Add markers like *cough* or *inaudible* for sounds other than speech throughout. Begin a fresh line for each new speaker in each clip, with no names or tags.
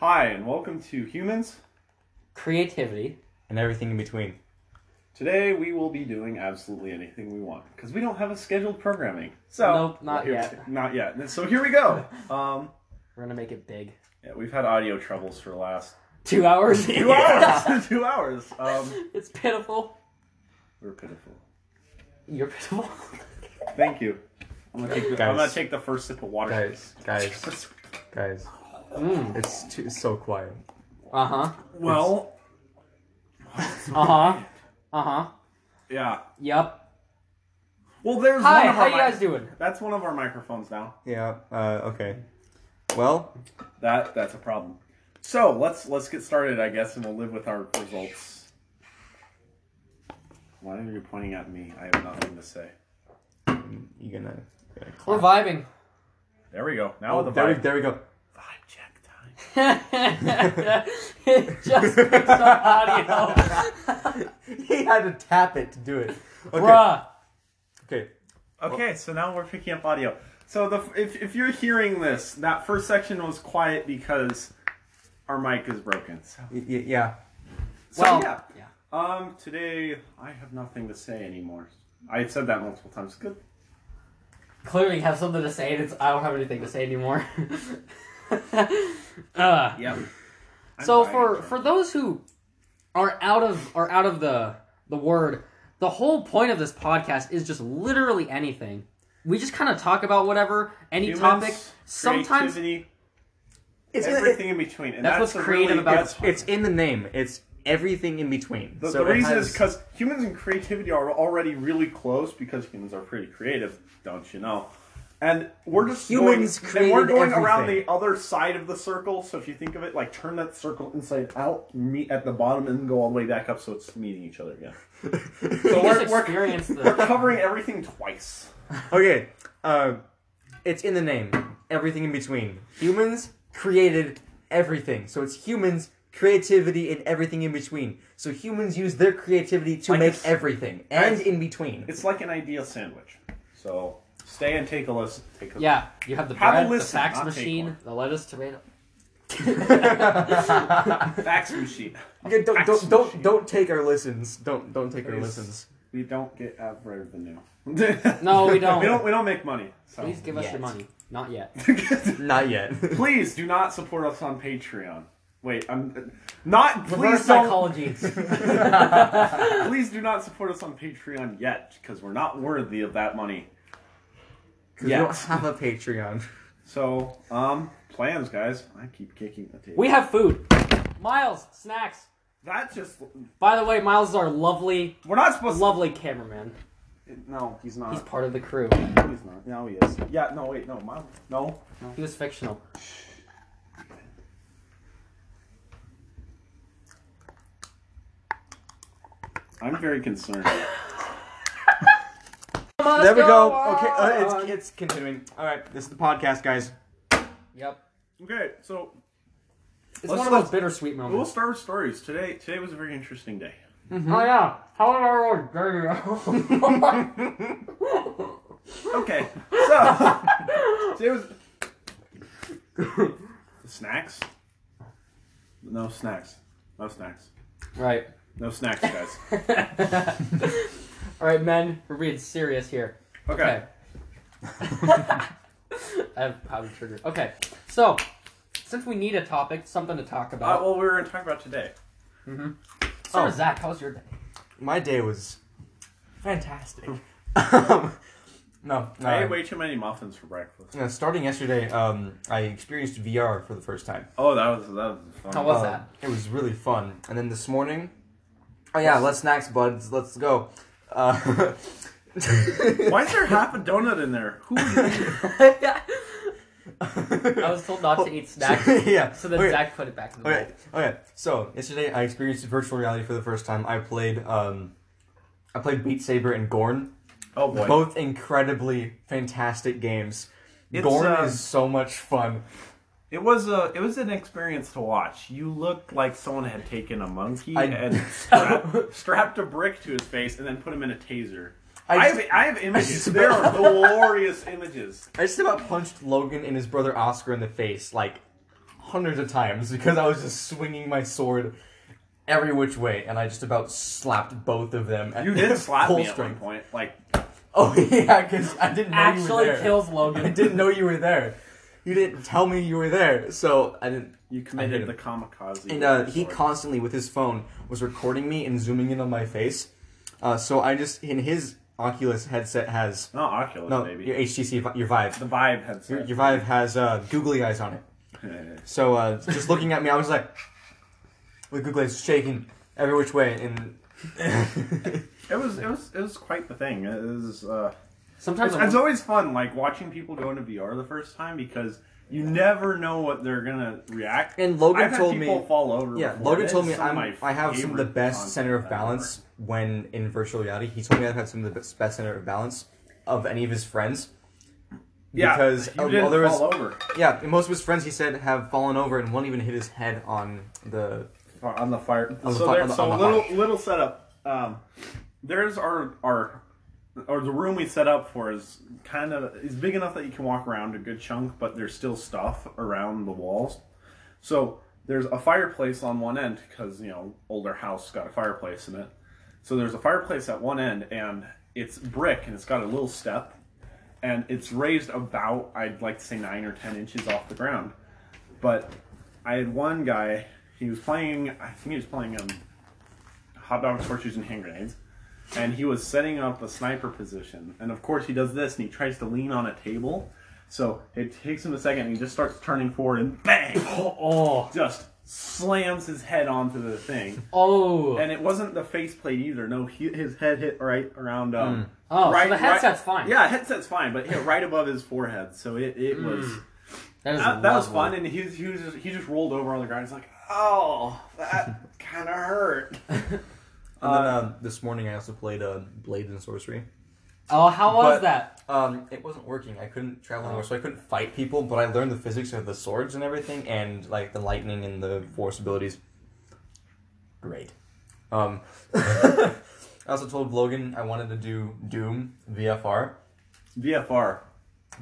Hi, and welcome to Humans.
Creativity.
and everything in between.
Today we will be doing absolutely anything we want because we don't have a scheduled programming. So
Nope, not
Here-
yet.
Not yet. So here we go. Um,
We're gonna make it big. *laughs*
yeah, we've had audio troubles for the last
Two hours.
two hours. *laughs* two hours. Um,
it's pitiful.
we're pitiful.
You're *laughs* pitiful.
Thank you. I'm gonna take the, I'm
Guys.
gonna take the first sip of water.
Guys, guys, guys.
Mm.
It's too, it's so quiet.
Uh huh.
Well,
Uh huh. Uh huh.
yeah.
Yep.
Well, there's
Hi.
one of
How
our
you guys
mic-
doing?
That's one of our microphones now.
Yeah. Uh, okay. Well,
That that's a problem. So let's let's get started, I guess, and we'll live with our results. Why are you pointing at me? I have nothing to say.
you gonna. gonna clap.
We're vibing.
There we go. Now
Oh,
with the
there, we,
vibe.
there we go. *laughs*
Vibe check time.
*laughs* it just picks up audio.
he had to tap it to do it. *laughs* Okay.
Bruh.
Okay.
Okay, so now we're picking up audio. So the if if you're hearing this, that first section was quiet because our mic is broken. So,
Y- y- yeah.
so
well.
yeah. Um, today I have nothing to say anymore. I said that multiple times. Good.
Clearly have something to say, and it's, I don't have anything to say anymore. *laughs* uh,
Yep. I'm
so
dying.
for for those who are out of are out of the the word the whole point of this podcast is just literally anything we just kind of talk about whatever any
Humans,
topic sometimes
creativity,
It's
everything in between. And
That's
that's,
what's
the
creative
really
about
good
this
part.
It's in the name. It's everything in between.
the,
So
the
it
reason
has-
is because humans and creativity are already really close because humans are pretty creative, don't you know? And we're just
Humans
going, and we're
created
going around
everything.
the other side of the circle. So if you think of it, like turn that circle inside out, meet at the bottom, and go all the way back up, so it's meeting each other
*laughs*
again. So
we just
we're, we're,
experience
we're
the
covering everything twice.
Okay. Uh, it's in the name. Everything in between. Humans created everything. So it's humans, creativity, and everything in between. So humans use their creativity to
Like
make
it's-
everything and
guys,
in between. *laughs*
It's *laughs* like an idea sandwich. So stay and take a listen. Take a
*laughs* yeah you have the
Have a
bread the
listen,
fax
not take
machine
one.
the lettuce tomato
fax machine.
Okay, don't
Fax
don't don't,
machine.
don't take our listens. Don't don't take our
Please.
listens.
We don't get ad revenue.
*laughs* no we don't
We don't. We don't make money. So.
please give us your
Yet.
money not yet
*laughs*
Not yet.
please do not support us on Patreon. Wait, I'm not.
reverse
Please don't.
psychology *laughs*
Please do not support us on Patreon yet, because we're not worthy of that money.
Because we don't
Yes.
have a Patreon.
So, um, plans, guys. I keep kicking the table.
we have food miles snacks
that just.
by the way miles is our lovely
We're not supposed.
lovely cameraman
to... No, he's not.
he's part of the crew
He's not. Now he is. Yeah. No. Wait. No. Mom. No.
he was fictional
I'm very concerned.
*laughs*
There we go. Okay, uh, it's, it's continuing. All right, this is the podcast, guys.
Yep.
okay. So
It's
Let's
one of
look-
those bittersweet
we'll
moments.
start with stories today. Today was a very interesting
*laughs*
day.
Oh yeah. How did
*laughs*
I really
Okay.
*laughs*
So today was snacks. No snacks. No snacks.
Right. *laughs*
No snacks, guys.
All right, men. We're being serious here.
Okay. *laughs*
Okay. I have powder sugar. Okay. So, since we need a topic, something to talk
Uh,
about.
well, we were going to talk about today.
so,
oh.
Zach,
*laughs*
how's your day?
My day was *laughs* fantastic. no, no.
I
Uh,
ate way too many muffins for breakfast.
Yeah, starting yesterday, um, I experienced VR for the first time.
Oh, that was that was fun.
How was
Um,
that?
It was really fun. And then this morning, oh yeah, let's snacks, buds. Let's go. Uh,
*laughs* Why is there half a donut in there?
*laughs*
Who?
I was told not to
*laughs*
eat snacks,
*laughs* yeah.
so then
okay.
Zach put it back in the bowl.
Okay. Okay. So yesterday, I experienced virtual reality for the first time. I played. Um, I played Beat Saber and Gorn.
Oh boy.
Both incredibly fantastic games.
It's,
Gorn
uh,
is so much fun.
It was a it was an experience to watch. You looked like someone had taken a monkey
I-
and
*laughs*
strapped, strapped a brick to his face and then put him in a taser. I,
*laughs* I just,
have I have images.
just-
There are glorious images.
I just about punched Logan and his brother Oscar in the face like hundreds of times *laughs* because I was just swinging my sword every which way, and I just about slapped both of them. At
You did slap
*laughs* full
me at
strength.
one point. Like,
*laughs* Oh yeah, because I didn't know you were
Actually
there.
kills
*laughs* I
Logan.
didn't know you were there. You didn't tell me you were there, so I didn't.
you
him.
committed the kamikaze.
And
with
uh,
your
he
sword.
constantly with his phone was recording me and zooming in on my face. Uh, so I just in his Oculus headset has
Not Oculus,
no
baby.
your HTC Vi- your Vive
The Vibe
your,
headset.
your Vive has uh, googly eyes on it. So uh, just looking at me, I was like with googly eyes shaking every which way and.
*laughs* it was it was it was quite the thing. It was. Uh,
Sometimes
It's,
I'm-
it's always fun, like watching people go into VR the first time because you never know what they're gonna react.
And Logan
I've had
told
people
me-
fall over.
*laughs* Yeah,
before.
Logan
That
told
is
me
some of
I'm,
my
I have some of the
favorite
best center of
content I've
balance when in virtual reality. He told me I've had some of the best best center of balance of any of his friends.
ever- Yeah,
because,
you
uh, well,
didn't
there was-
fall over
Yeah, and most of his friends, he said, have fallen over and one even hit his head on the.
on the fire.
On the
so
fi-
there,
on the-
so
on the
little little setup. Um, there's our our or the room we set up for is kind of is big enough that you can walk around a good chunk, but there's still stuff around the walls. So there's a fireplace on one end because you know older house got a fireplace in it. So there's a fireplace at one end, and it's brick, and it's got a little step, and it's raised about I'd like to say nine or ten inches off the ground. But I had one guy. He was playing. I think he was playing um, hot dogs, horseshoes, and hand grenades. And he was setting up the sniper position. And of course, he does this, and he tries to lean on a table. So it takes him a second, and he just starts turning forward, and bang! *laughs*
oh
just slams his head onto the thing.
oh
And it wasn't the faceplate either. No, he, his head hit right around. Um,
Oh, so
right,
the headset's
right-
fine.
Yeah, headset's fine, but hit right above his forehead. So it, it was
that is
that, that was
lovely.
fun. And he was, he was just, he just rolled over on the ground. He's like, oh, that kind of hurt.
And then
Uh,
um, this morning, I also played uh, Blades and Sorcery.
Oh, how was
But-
that?
Um, it wasn't working. I couldn't travel anywhere, so I couldn't fight people. But I learned the physics of the swords and everything, and like the lightning and the force abilities. Great. Um, *laughs* I also told Logan I wanted to do Doom VFR,
VFR.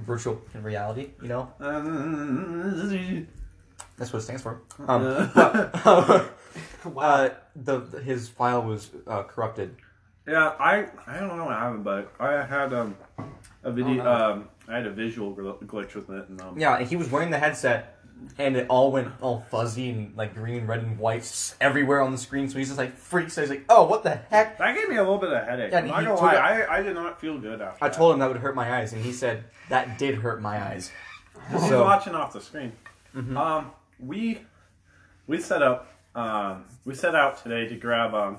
virtual reality. You know,
Uh.
that's what it stands for. Um,
*laughs*
*laughs* uh, the his file was uh, corrupted.
yeah, I I don't know what happened, but I had um a video
Oh, no.
um I had a visual gl- glitch with it, and um,
Yeah, and he was wearing the headset, and it all went all fuzzy and like green and red and white s- everywhere on the screen. So he's just like freaked. So he's like, "Oh, what the heck?"
that gave me a little bit of headache.
Yeah,
I'm not
he
gonna
told-
lie, I, I did not feel good after.
I
that.
told him that would hurt my eyes, and he said that did hurt my eyes.
He's
So-
watching off the screen. Um, we we set up um, we set out today to grab um,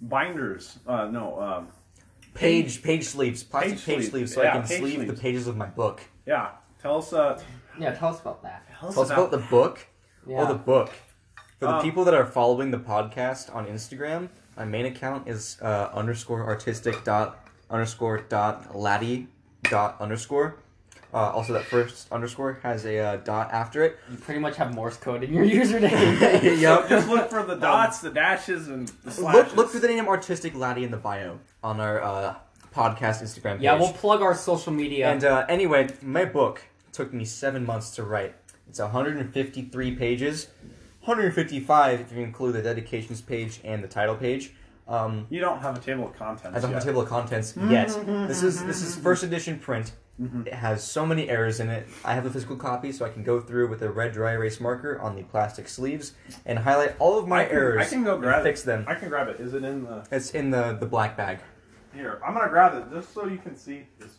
binders. Uh, no, um,
Page page sleeves, plastic page,
Page sleeve.
sleeves, so I
Yeah,
can
page
sleeve the
sleeves.
pages of my book.
yeah. Tell us. Uh,
Yeah, tell us about that.
tell us
Tell us about the book.
Yeah.
Oh, the book. For the
Um,
people that are following the podcast on Instagram, my main account is uh, underscore artistic dot underscore dot laddie dot underscore. Uh, also, that first underscore has a uh, dot after
*laughs*
it.
You pretty much have Morse code in your *laughs*
*laughs*
username.
Yup.
Just look for the dots, the dashes, and the slashes.
Look, look for the name artistic laddie in the bio on our uh, podcast Instagram page.
yeah, we'll plug our social media.
And uh, anyway, my book took me seven months to write. It's 153 pages, 155 if you include the dedications page and the title page. Um,
You don't have a table of contents.
I don't have
yet.
a table of contents
Mm-hmm.
yet. This is this is first edition print. It has so many errors in it. I have a physical copy, so I can go through with a red dry erase marker on the plastic sleeves and highlight all of my
I can,
errors.
I can go
and
grab
fix
it.
them.
I can grab it. Is it in the
It's in the the black bag.
here? I'm gonna grab it just so you can see. This.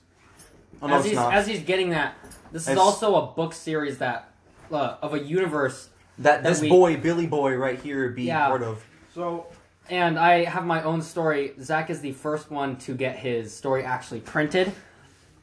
Oh, no,
as
it's
he's
not.
as he's getting that, this is
It's-
also a book series that uh, of a universe,
that
that
this
we-
boy, Billy Boy, right here, be
Yeah.
part of.
So
and I have my own story. Zach is the first one to get his story actually printed,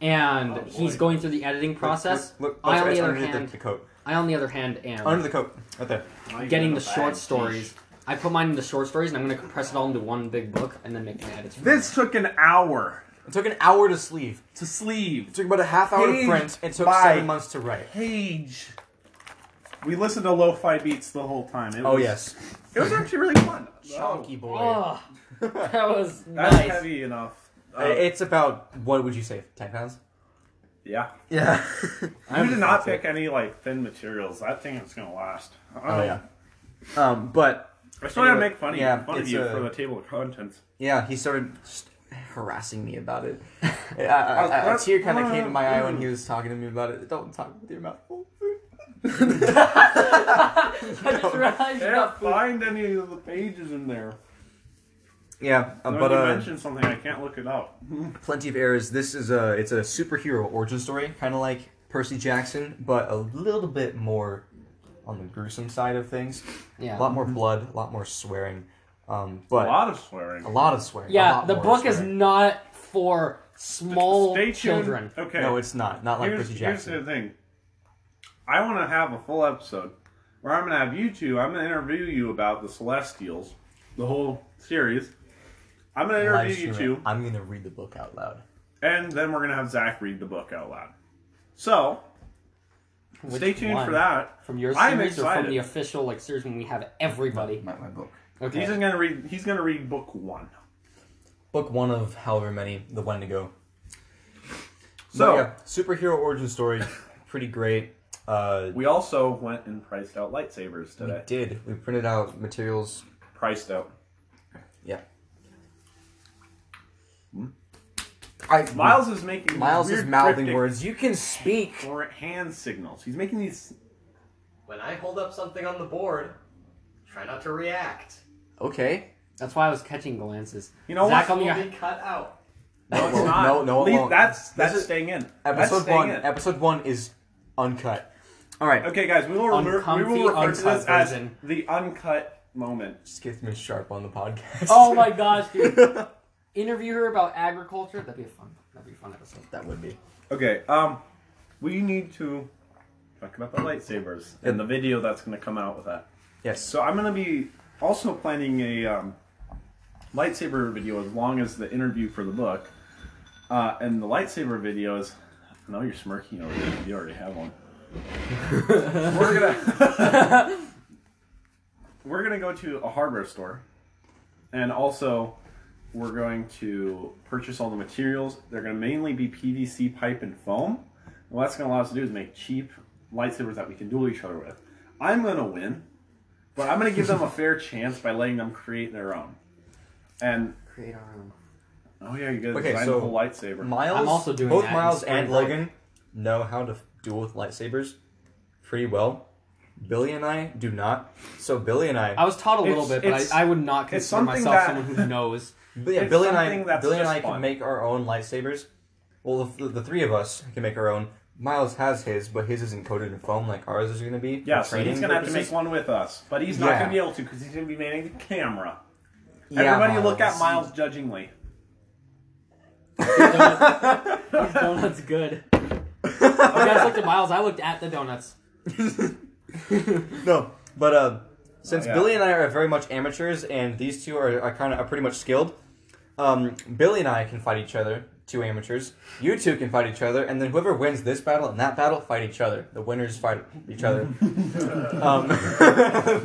and
Oh, boy.
he's going through the editing process.
Look, look, look,
I on
it's
the other
underneath
hand,
the, the coat.
I on the other hand am
Under the coat, right there.
now you
getting
got
the
a bag.
short stories. I put mine into short stories, and I'm going to compress it all into one big book, and then make my edits. from
This took an hour
It took an hour to sleeve.
to sleeve.
It took about a half hour to
Page
print. It took
by-
seven months to write.
Page. We listened to lo-fi beats the whole time. It
Oh
was-
yes,
It was actually really
*laughs*
fun.
chunky boy.
*laughs*
Oh, that was
That's
nice. *laughs*
heavy enough. Uh,
Uh, It's about what would you say, ten pounds? Oh,
Yeah.
Yeah. *laughs*
You did not pick any like thin materials. That thing is gonna last.
oh yeah. Um, but
I still gotta
Anyway,
make funny
yeah,
fun of
it's
you
a-
for the table of contents.
yeah, he started just harassing me about *laughs* it. I- I-
was
I- a
like,
tear kind of
"Uh,
came to my eye when
mm."
he was talking to me about it. Don't talk with your mouth full.
I just realized
I
you're
don't
not food.
find any of the pages in there.
Yeah, uh,
When
but
you
uh,
mentioned something, I can't look it up.
plenty of errors. This is a it's a superhero origin story, kind of like Percy Jackson, but a little bit more on the gruesome side of things. A
Yeah.
lot more blood, a lot more swearing, um,
A
but
lot of swearing.
a lot of swearing. a
Yeah,
lot
the
more
book is
swearing.
not for small
Stay tuned.
children.
Okay.
no, it's not. Not like
here's,
Percy
here's
Jackson.
the thing. I want to have a full episode where I'm going to have you two. I'm going to interview you about the Celestials, the whole series. I'm going to
Live
interview you
stream it.
two,
I'm gonna read the book out loud.
and then we're going to have Zach read the book out loud. So
Which
stay tuned
one?
for that.
From your
I'm
series or from
excited.
the official like series when we have everybody.
My, my book.
Okay.
He's going to read. He's going to read book one.
Book one of however many, the Wendigo.
So
But yeah, superhero origin
*laughs*
story, pretty great. Uh,
we also went and priced out lightsabers
we
today.
did. We printed out materials.
Priced out.
Yeah. I,
Miles is making
Hmm? Miles
weird
is mouthing
cryptic
words. You can speak.
or hand signals. He's making these.
When I hold up something on the board, try not to react.
Okay.
That's why I was catching glances.
You know
Zach
what?
on
Will
your
be cut out.
No, it's
Well,
not.
no, no, it
Leave-
won't.
That's
This
that's
is-
staying in. that's
Episode
staying
one.
In.
Episode one is uncut. All right.
okay, guys, we will remember. We
Uncomfy,
will refer to this
uncut
as
version.
the uncut moment.
Skiffman Sharp on the podcast.
*laughs* Oh my gosh, dude.
*laughs*
Interview her about agriculture. That'd be a fun. That'd be a fun episode.
*laughs* that would be.
Okay, um, we need to talk about the lightsabers and the video that's going to come out with that.
Yes.
So I'm going to be also planning a um, lightsaber video as long as the interview for the book, uh, and the lightsaber video is. I know you're smirking over there. You already have one. we're gonna *laughs* we're gonna go to a hardware store, and also we're going to purchase all the materials. They're gonna mainly be PVC pipe and foam. And what that's gonna allow us to do is make cheap lightsabers that we can duel each other with. I'm gonna win, but I'm gonna give them a fair chance by letting them create their own. And
Create our own.
oh yeah, you gotta
Okay,
design
so
the whole lightsaber.
Miles,
I'm also doing
both
that in
Miles
Spring
and
Break.
Logan know how to f- duel with lightsabers pretty well. Billy and I do not. So Billy and I,
I was taught a little
It's-
bit, but
it's-
I, I would not
it's
consider
something
myself
that-
someone
*laughs*
who knows.
Bi- yeah,
it's
Billy and I,
something that's
Billy and
just
I can
fun.
make our own lightsabers. Well, the, the three of us can make our own. Miles has his, but his isn't coated in foam like ours is going to be. for
Yeah, so he's
training
gonna have to
purposes.
make one with us, but he's not
Yeah.
gonna be able to because he's gonna be manning the camera.
Yeah,
Everybody, look at
Miles.
Miles judgingly.
These donuts good. You guys looked at Miles. I looked at the donuts.
No, but uh, since
Oh, yeah.
Billy and I are very much amateurs, and these two are, are kind of are pretty much skilled, um, Billy and I can fight each other, two amateurs. You two can fight each other, and then whoever wins this battle and that battle fight each other. The winners fight each other.
*laughs*
um,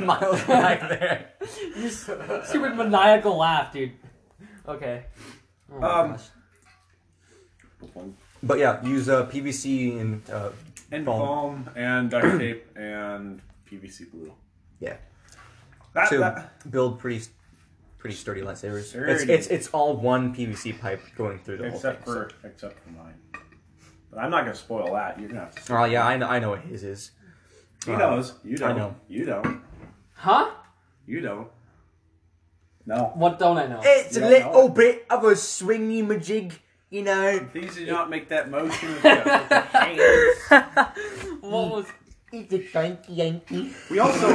*laughs* Miles back there.
You s- stupid maniacal laugh, dude. Okay. Oh my
Um,
gosh.
But yeah, use uh, PVC and uh,
And
Foam.
foam and duct tape and PVC glue.
yeah
That,
to
that-
build pretty pretty sturdy lightsabers. It's,
Sturdy.
it's it's all one PVC pipe going through the
except
whole thing.
for except for mine. But I'm not gonna spoil that. You're gonna have to.
so- Oh yeah, I know I know what his is.
He knows. You don't.
know.
You don't.
Huh?
You don't. No.
What don't I know?
It's
You
a
don't know
little
it.
bit of a swingy majig, you know.
Please do not make that motion with your with your hands.
What was?
He's a cranky Yankee.
We also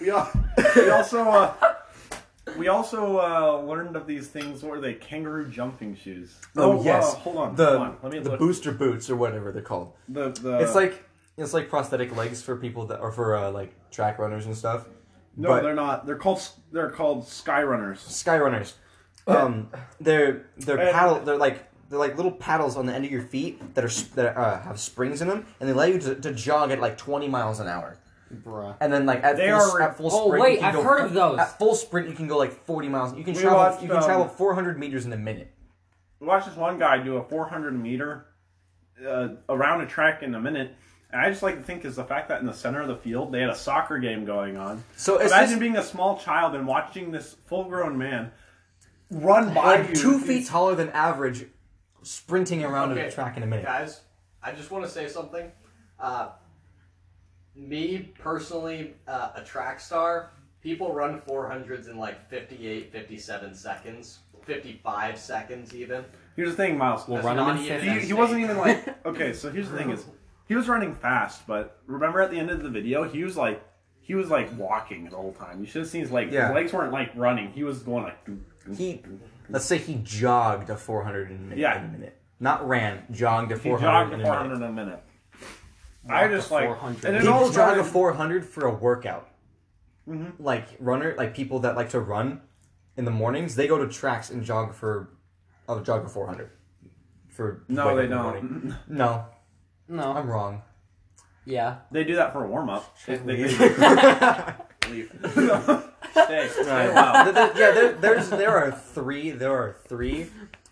we, al- we also uh, we also uh, learned of these things. What were they? Kangaroo jumping shoes.
Oh,
uh,
yes,
hold on.
the
hold on. Let me
the
look.
booster boots or whatever they're called.
The, the,
it's like it's like prosthetic legs for people that are for uh, like track runners and stuff.
no,
but-
they're not. They're called s- they're called sky runners.
Sky runners. Um, they're they're
Uh,
paddle. They're like they're like little paddles on the end of your feet that are sp- that uh, have springs in them, and they allow you to, to jog at like twenty miles an hour.
Bruh.
And then like at
They
full, s-
are-
at full
Oh,
sprint,
wait,
you can
I've
go,
heard of those.
At full sprint, you can go like forty miles. You can
We
travel.
watched,
you can
um,
travel four hundred meters in a minute.
watched this one guy do a 400 meter uh, around a track in a minute. And I just like to think is the fact that in the center of the field they had a soccer game going on.
So is
imagine
this-
being a small child and watching this full-grown man run by
Like
you.
two feet taller than average, sprinting around a
Okay,
track in a minute.
Guys, I just want to say something. Uh, me personally, uh, a track star, people run 400s in like 58, 57 seconds, 55 seconds even.
Here's the thing, Miles.
That's
run 'em
not
in
even
he,
a
he wasn't
state.
even
*laughs*
like okay so here's the thing is he was running fast but remember at the end of the video he was like he was like walking the whole time you should have seen his legs
Yeah.
his legs weren't like running he was going like doop, doop,
He,
doop.
let's say he jogged a 400 in a minute.
Yeah.
in a minute. Not ran, jogged a
he
400
jogged
in
to
a
400
minute.
in a minute I
Walked
just
to
like
400.
and it
People
all
jog
started,
a 400 for a workout.
Mm-hmm.
Like runner, like people that like to run in the mornings, they go to tracks and jog for, oh, jog a 400. For
no
wake
they
up in the morning.
don't Mm-hmm.
No,
No.
I'm wrong.
yeah.
*laughs* they do that for a warm up they, they,
leave.
*laughs* they leave stay stay a while.
Th- th- yeah, there, there's there are three. There are three.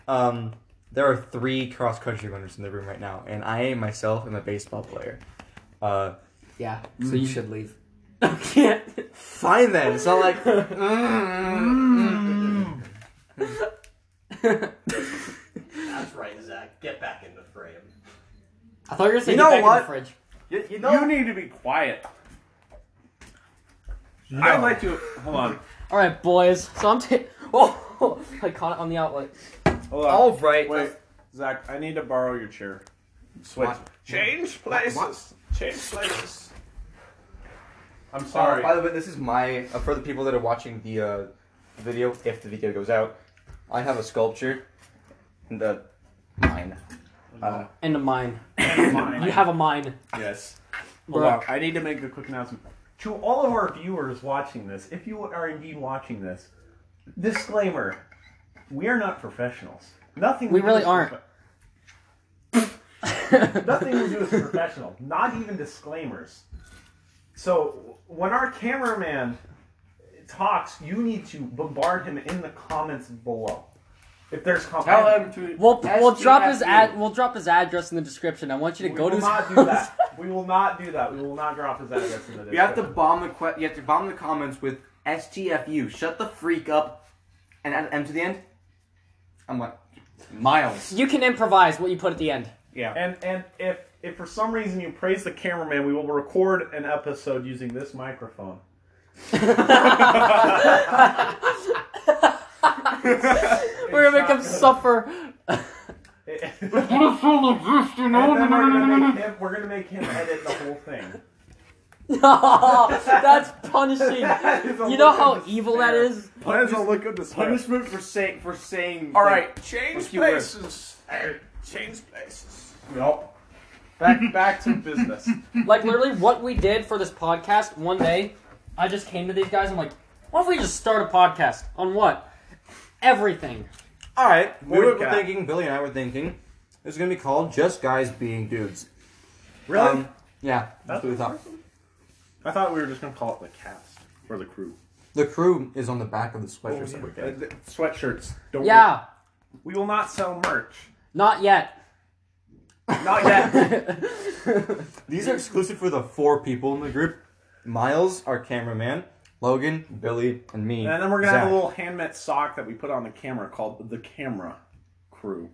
Um, there are three cross country runners in the room right now, and I myself am a baseball player. Uh,
Yeah. So you should leave. *laughs* I can't.
fine then. It's
*laughs*
not like
That's right, Zach. Get back in the frame.
I thought you were going to say
You
get
know
back in
what?
the fridge.
you, you
*laughs* you need to be quiet I'd like to hold on
All right, boys. So I'm taking. *laughs* Oh, I caught it on the outlet.
hold on
All right.
Wait, Zach, I need to borrow your chair. Switch.
What?
Change places. Change places. I'm sorry.
Sorry. by the way, this is my uh, for the people that are watching the uh, video. If the video goes out, I have a sculpture. The mine. Uh,
And a mine.
*clears throat* Mine.
You have a mine.
Yes.
Bro.
Look, I need to make a quick announcement. To all of our viewers watching this, if you are indeed watching this, disclaimer: we are not professionals. Nothing
We
do
really
is
aren't.
profe- Nothing we do is professional. Not even disclaimers. So when our cameraman talks, you need to bombard him in the comments below. If there's
Tell
comments,
them to.
We'll we'll drop his
SGFU.
ad. We'll drop his address in the description. I want you to
we
go
will
to his
not do
house.
that. We will not do that. We will not drop his address in the.
You have to
description.
bomb the que- You have to bomb the comments with STFU. Shut the freak up, and add M to the end. I'm like Miles.
*laughs* You can improvise what you put at the end.
Yeah.
And and if if for some reason you praise the cameraman, we will record an episode using this microphone. *laughs*
We're gonna make him suffer.
And then
*laughs*
we're gonna make him- we're gonna make him edit the whole thing.
No, that's
*laughs*
punishing.
That is a
You know
look
how
of
evil that
despair.
is.
That is a look of despair.
Punishment for saying for saying.
All right, change
If you were-
places. Uh, Change places.
Nope. Back back to business.
Like literally, what we did for this podcast one day, I just came to these guys. I'm like, what if we just start a podcast on what? Everything.
All right, we
Weird
were
cat.
thinking. Billy and I were thinking it's gonna be called "Just Guys Being Dudes."
Really?
Um, yeah, that's what we thought.
I thought we were just gonna call it the cast or the crew.
The crew is on the back of the sweatshirt that we
Uh,
get.
the sweatshirts. Don't
Yeah,
We, we will not sell merch.
not yet. *laughs*
Not
*laughs*
yet.
Uh, These are exclusive for the four people in the group: Miles, our cameraman, Logan, Billy, and me.
and then we're gonna have
Zach.
a little hand met sock that we put on the camera called the camera crew.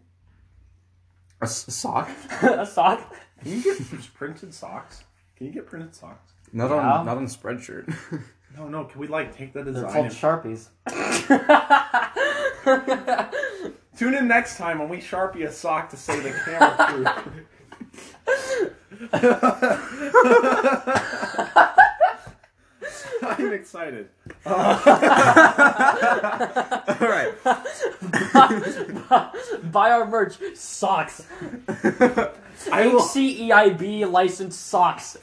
a s- sock.
a sock.
Can you
*laughs*
get printed socks? Can you get printed socks?
Not
Yeah.
on not on spreadshirt. *laughs*
No, no. Can we like take the
They're
design?
called
and-
sharpies.
Tune in next time when we sharpie a sock to say the
*laughs*
camera crew. *laughs* I'm excited.
All right.
*laughs*
*laughs*
Buy our merch, socks.
I *laughs*
*laughs*
will.
HCEIB E licensed socks.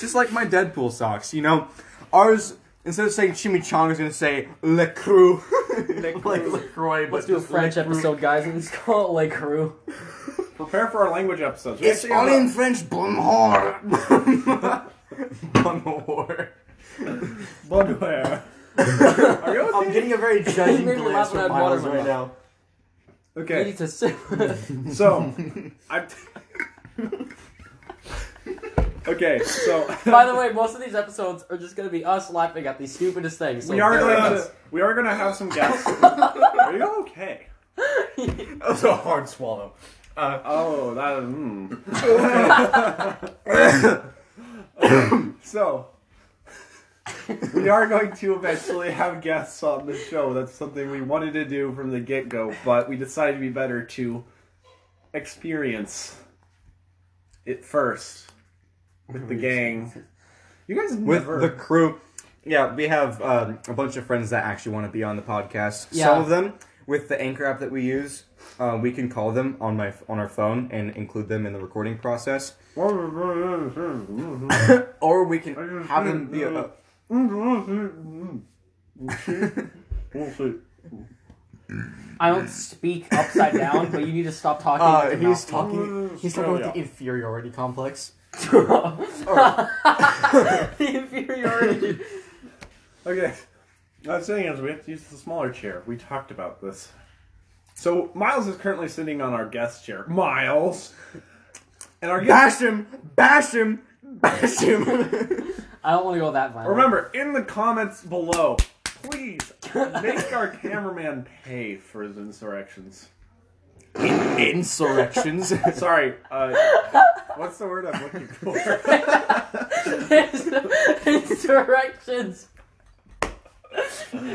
Just like my Deadpool socks, you know, ours instead of saying chimichanga is gonna say Le Crew, *laughs* like Lacroix.
Let's
but
do a
just
French
Le Crew.
episode, guys, and let's call it Le Crew.
Prepare for our language episodes. We
It's
actually
all
have
in French, *laughs* bonheur. bonheur. *laughs*
a- Bonjour. Are you okay?
I'm getting a very judging
Really laughing
glance from
at
Miles
water
right now.
You
Okay,
need to sip.
*laughs*
so I'm. *laughs* okay, so
By the way, most of these episodes are just going to be us laughing at the stupidest things. So
*laughs* we are
bear
going
with
to we are going to have some
*laughs*
guests. are you okay?
us.
That was a hard swallow.
Oh, that. Mm. so, we are going to eventually have guests on the show. That's something we wanted to do from the get go, but we decided it'd be better to experience it first with the gang. You guys
With
never.
the crew, yeah, we have um, a bunch of friends that actually want to be on the podcast.
Yeah.
Some of them, with the Anchor app that we use, uh, we can call them on my on our phone and include them in the recording process,
*laughs*
or we can have them be. *laughs* A,
I don't speak upside down, but you need to stop talking.
uh,
with your
he's
mouth.
talking. He's talking about the inferiority complex.
*laughs* the inferiority.
Okay. Uh, sitting as we have to use the smaller chair. We talked about this. So Miles is currently sitting on our guest chair. Miles. And our guest.
Bash him! Bash him! Bash him!
I don't want to go that violent.
Remember in the comments below, please make our cameraman pay for his insurrections.
Insurrections.
Sorry. Uh, what's the word I'm looking for? *laughs*
*laughs* insurrections.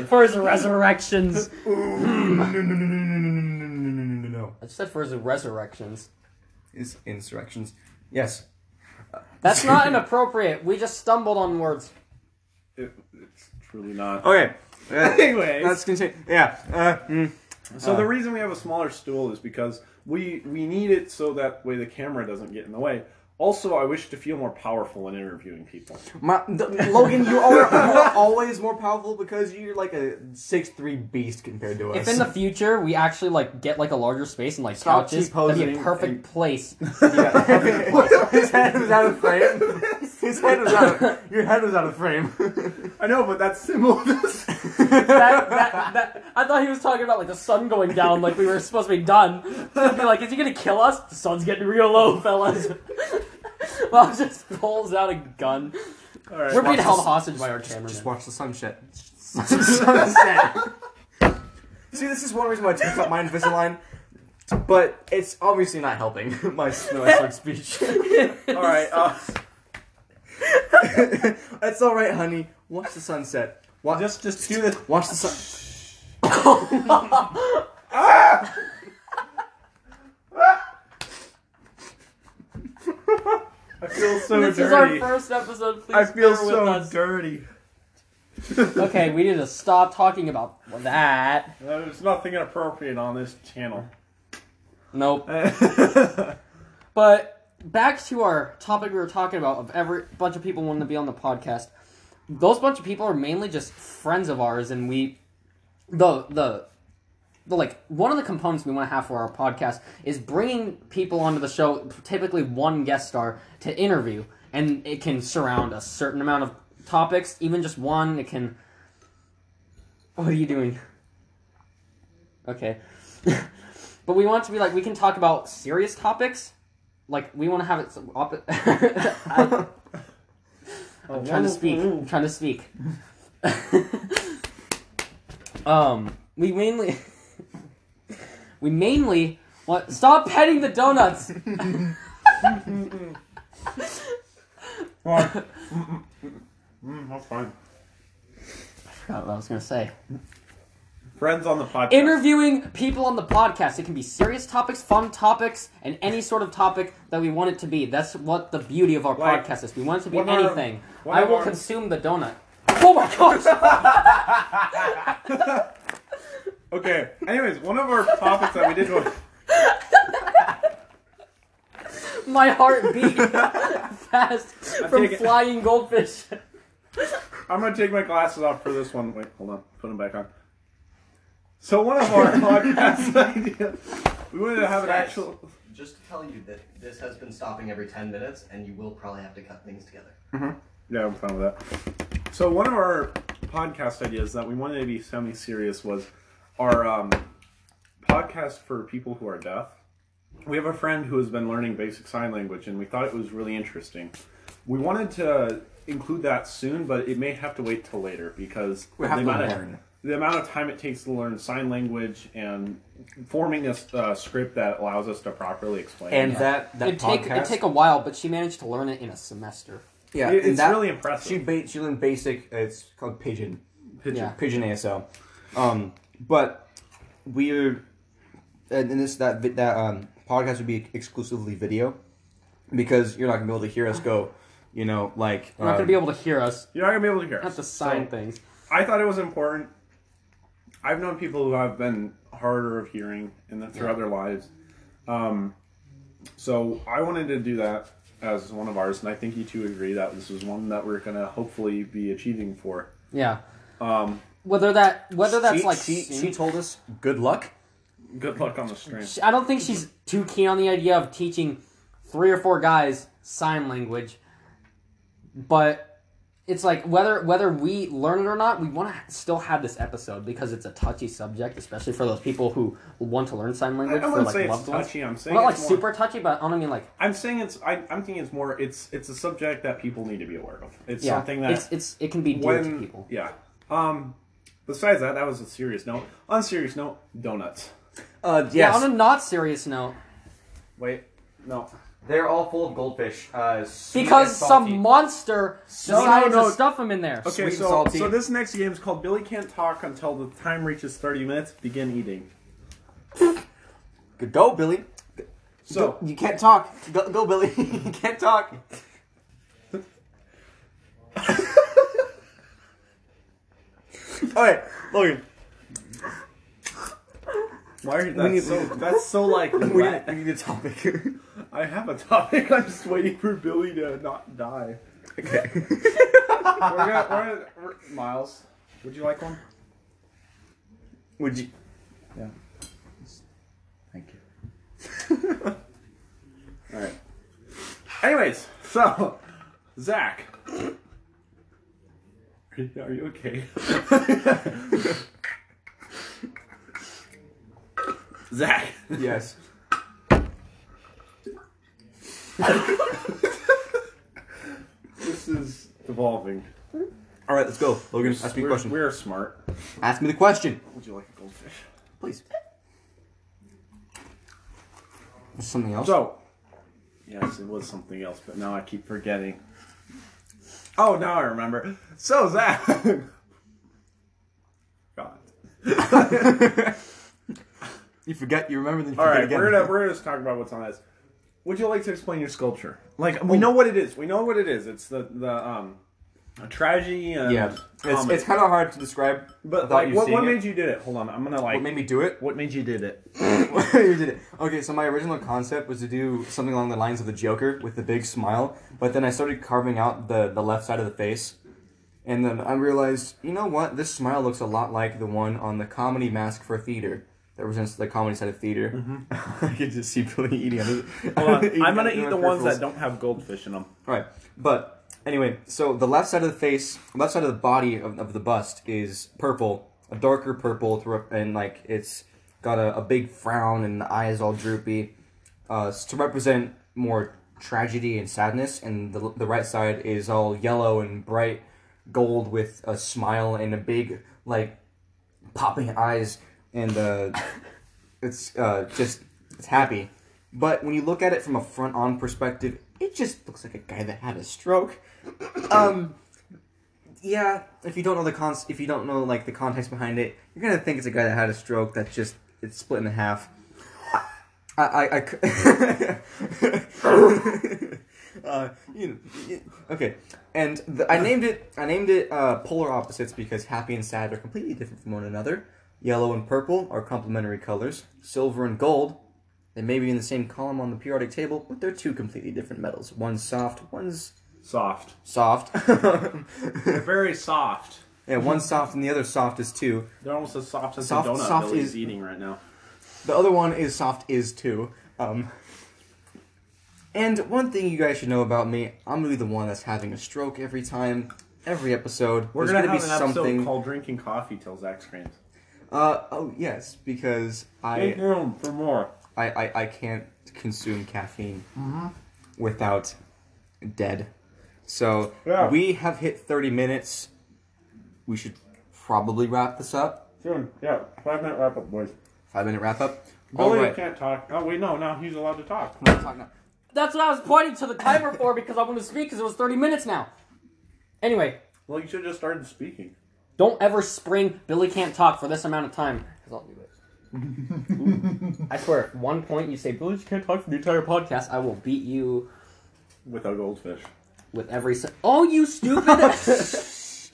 for his resurrections.
no.
I just said for his resurrections.
Is insurrections. Yes.
That's not inappropriate. We just stumbled on words.
It- it's truly not.
Okay. *laughs* Uh,
Anyways.
let's continue. Yeah. Uh, mm.
So the reason we have a smaller stool is because we we need it so that way the camera doesn't get in the way. Also, I wish to feel more powerful in interviewing people. *laughs*
My, th- Logan, you are, you are always more powerful because you're like a six three beast compared to us.
If in the future we actually like get like a larger space and like
Stop
couches,
cheap
that'd be a
posing
perfect
*laughs* and-
place.
*laughs* *laughs* Yeah. his head was out of frame. His head was out. Of, your head was out of frame. *laughs*
I know, but that's similar. To this.
That, that, that, I thought he was talking about like the sun going down, like we were supposed to be done. He'd be like, "Is he gonna kill us? The sun's getting real low, fellas." *laughs* Well, just pulls out a gun.
*laughs* All right.
We're being
watch
held
this-
hostage by our cameraman.
Just watch the sunset. sunset. See, this is one reason why I took up my Invisalign, but it's obviously not helping *laughs* my snowstorm *laughs* speech.
All right. Uh,
it's all right, honey. Watch the sunset.
*laughs*
Watch,
just just do this.
watch the sun.
I feel so
this is our
dirty.
first episode. Please
I feel
bear with
so *laughs*
us.
dirty. Uh,
Okay, we need to stop talking about that.
There's nothing inappropriate on this channel.
Nope. But back to our topic we were talking about of every bunch of people wanting to be on the podcast. Those bunch of people are mainly just friends of ours, and we, the the, the like one of the components we want to have for our podcast is bringing people onto the show, typically one guest star to interview, and it can surround a certain amount of topics, even just one. It can. What are you doing? Okay. *laughs* But we want it to be like we can talk about serious topics. Like we want to have it. Some op- *laughs*
*laughs*
I'm trying to speak.
Oh.
I'm trying to speak. *laughs* um, we mainly, *laughs* we mainly want. Stop petting the
*laughs*
donuts.
*laughs* Mm, that's fine.
forgot what I was gonna say.
Friends on the podcast.
Interviewing people on the podcast. It can be serious topics, fun topics, and any sort of topic that we want it to be. That's what the beauty of our
Like,
podcast is. We want it to be
one of our-
anything.
one
I
of
will
our-
consume the donut. Oh my gosh!
okay. Anyways, one of our topics that we
*laughs*
did was
my heart beat *laughs* fast from
taking-
flying goldfish.
I'm gonna take my glasses off for this one. Wait, hold on. Put them back on. So one of our podcast *laughs* ideas, we wanted to have an
Nice.
actual.
Just to tell you that this has been stopping every 10 minutes, and you will probably have to cut things together.
Yeah, I'm fine with that. So one of our podcast ideas that we wanted to be semi-serious was our um, podcast for people who are deaf. We have a friend who has been learning basic sign language, and we thought it was really interesting. We wanted to include that soon, but it may have to wait till later because
We have
the
to
amount of-
learn.
the amount of time it takes to learn sign language and forming a s- uh, script that allows us to properly explain
And
it.
that that
It'd take,
podcast,
it'd take a while, but she managed to learn it in a semester.
yeah,
It-
and
it's
that,
really impressive.
She ba- she learned basic. uh, It's called Pigeon.
Pigeon.
Yeah.
Pigeon ASL. Um, but we're and and this that vi- that um, podcast would be exclusively video because you're not gonna be able to hear us go. You know, like um,
You're not going to be able to hear us.
You're not gonna be able to hear.
You have
us.
to sign
So,
things.
I thought it was important. I've known people who have been harder of hearing in the, throughout their lives. Um, so I wanted to do that as one of ours, and I think you two agree that this is one that we're gonna hopefully be achieving for.
Yeah.
Um,
Whether that whether that's
she,
like
she,
soon-
she told us good luck.
good luck on the stream.
I don't think she's too keen on the idea of teaching three or four guys sign language, but it's like whether whether we learn it or not, we want to still have this episode because it's a touchy subject, especially for those people who want to learn sign
I
language.
don't
for
want to
like
say it's
loved ones.
touchy. I'm saying
Not like
it's more,
super touchy, but I don't mean like
I'm saying it's. I, I'm thinking it's more. It's it's a subject that people need to be aware of. It's
yeah,
something that
it's it's it can be dear to
when
people.
yeah. Um, besides that, that was a serious note. On serious note, donuts.
Uh, yes.
Yeah, on a not serious note,
Wait, no.
They're all full of goldfish. Uh, sweet
because
and salty.
some monster
No, no,
decided
no.
to stuff him in there.
Okay,
Sweet and
so,
salty.
so this next game is called Billy Can't Talk Until the Time Reaches 30 Minutes. Begin eating.
Good go, Billy.
So,
Go- you can't talk. Go, go Billy. *laughs* you can't talk. All right, Logan.
why are you, that's, so, that's so like.
*laughs* We need, we need a
*laughs*
topic.
I have a topic. *laughs* I'm just waiting for Billy to not die. *laughs*
okay.
We're gonna, we're gonna, we're- Miles, would you like one?
Would you?
Thank you. *laughs* Alright. Anyways, so, Zach. Are you okay? *laughs* Zach.
Yes.
This is evolving.
All right, let's go, Logan. Ask me a
We're,
question.
we're smart.
Ask me the question,
Would you like a goldfish?
please. Something else.
So, yes, it was something else, but now I keep forgetting. Oh, now I remember. So,
*laughs*
Zach. God.
you forget. You remember. Then you
All
forget
right,
again.
we're gonna we're gonna just talk about what's on this. Would you like to explain your sculpture? Like we know what it is. We know what it is. It's the the um, a tragedy. And
Yeah, it's,
comedy.
it's kind of hard to describe.
but
without
like,
you
what,
seeing
what
it.
made you did it? Hold on, I'm gonna like.
What made me do it?
what made you did it?
*laughs* you did it. Okay, so my original concept was to do something along the lines of the Joker with the big smile, but then I started carving out the, the left side of the face. And then I realized, you know what? This smile looks a lot like the one on the comedy mask for theater. That represents the comedy side of theater. *laughs* I could just see Billy *laughs* eating. Hold
Mm-hmm. Hold on, I'm gonna eat the ones that don't have goldfish in them.
Right. But anyway, so the left side of the face, left side of the body of, of the bust is purple, a darker purple, to rep- and like it's got a, a big frown and the eyes all droopy uh, s- to represent more tragedy and sadness. And the, the right side is all yellow and bright gold with a smile and a big, like, popping eyes. And uh, it's uh, just, it's happy. But when you look at it from a front on perspective, it just looks like a guy that had a stroke. *clears throat* Um, yeah, if you don't know the cons, if you don't know like the context behind it, you're gonna think it's a guy that had a stroke that just it's split in half. I, I, I cou- *laughs* uh, you know, y- okay, and the, I named it. I named it uh, polar opposites because happy and sad are completely different from one another. Yellow and purple are complementary colors. Silver and gold, they may be in the same column on the periodic table, but they're two completely different metals. One's soft, one's
Soft,
soft. *laughs*
very soft.
yeah, one's soft and the other soft is two.
They're almost as soft as
Soft-
the donut
soft
Billy's
is-
eating right now.
The other one is soft is two. Um, and one thing you guys should know about me, I'm gonna be the one that's having a stroke every time. every episode.
We're
there's
gonna have an episode
something.
called "Drinking Coffee Till Zach Screams."
uh, oh yes, because
Make
I
room for more.
I, I, I can't consume caffeine
Mm-hmm.
without dead. So
Yeah.
we have hit 30 minutes. We should probably wrap this up.
Soon, yeah. Five minute wrap up, boys.
Five minute wrap up.
Billy
All right.
can't talk. Oh wait, no, now he's allowed to talk.
That's what I was pointing to the timer for because I wanted to speak because it was 30 minutes now. Anyway,
Well, you should have just started speaking.
don't ever spring Billy can't talk for this amount of time. Because I'll do this. I swear, at one point you say, Billy can't talk for the entire podcast, I will beat you
With a goldfish.
with every. Se- oh, you stupid!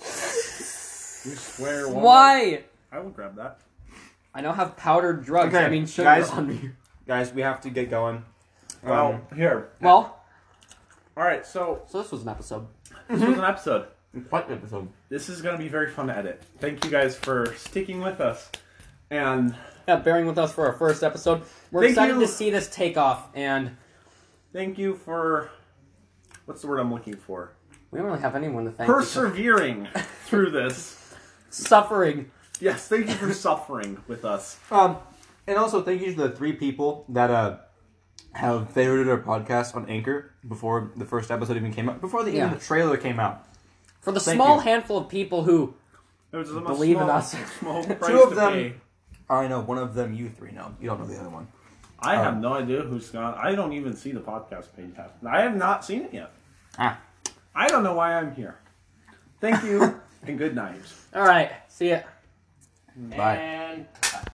We swear. one more-
Why?
I will grab that.
I don't have powdered drugs.
Okay,
I mean, sugar
guys.
on me.
Guys, we have to get going.
Well,
Um,
here.
Well,
All right. So
so this was an episode.
this was an episode.
Um, quite an episode.
This is gonna be very fun to edit. Thank you guys for sticking with us. And
Yeah, bearing with us for our first episode. We're
Thank
excited
you.
to see this take off, and
thank you for what's the word I'm looking *laughs* for?
we don't really have anyone to thank.
Persevering through this.
Suffering.
Yes, thank you for suffering with us.
Um, and also thank you to the three people that uh have favorited our podcast on Anchor before the first episode even came out, before the,
Yeah.
even the trailer came out.
For the
Thank
small
you.
handful of people who
It was a
Believe in
small-
us.
*laughs*
small price
of
to
them-
pay.
I know one of them. You three know. You don't know the other one.
I
Uh,
have no idea who's gone. I don't even see the podcast page. half- I have not seen it yet.
Ah.
I don't know why I'm here.
*laughs*
Thank you and good night.
All right. See ya.
Bye.
And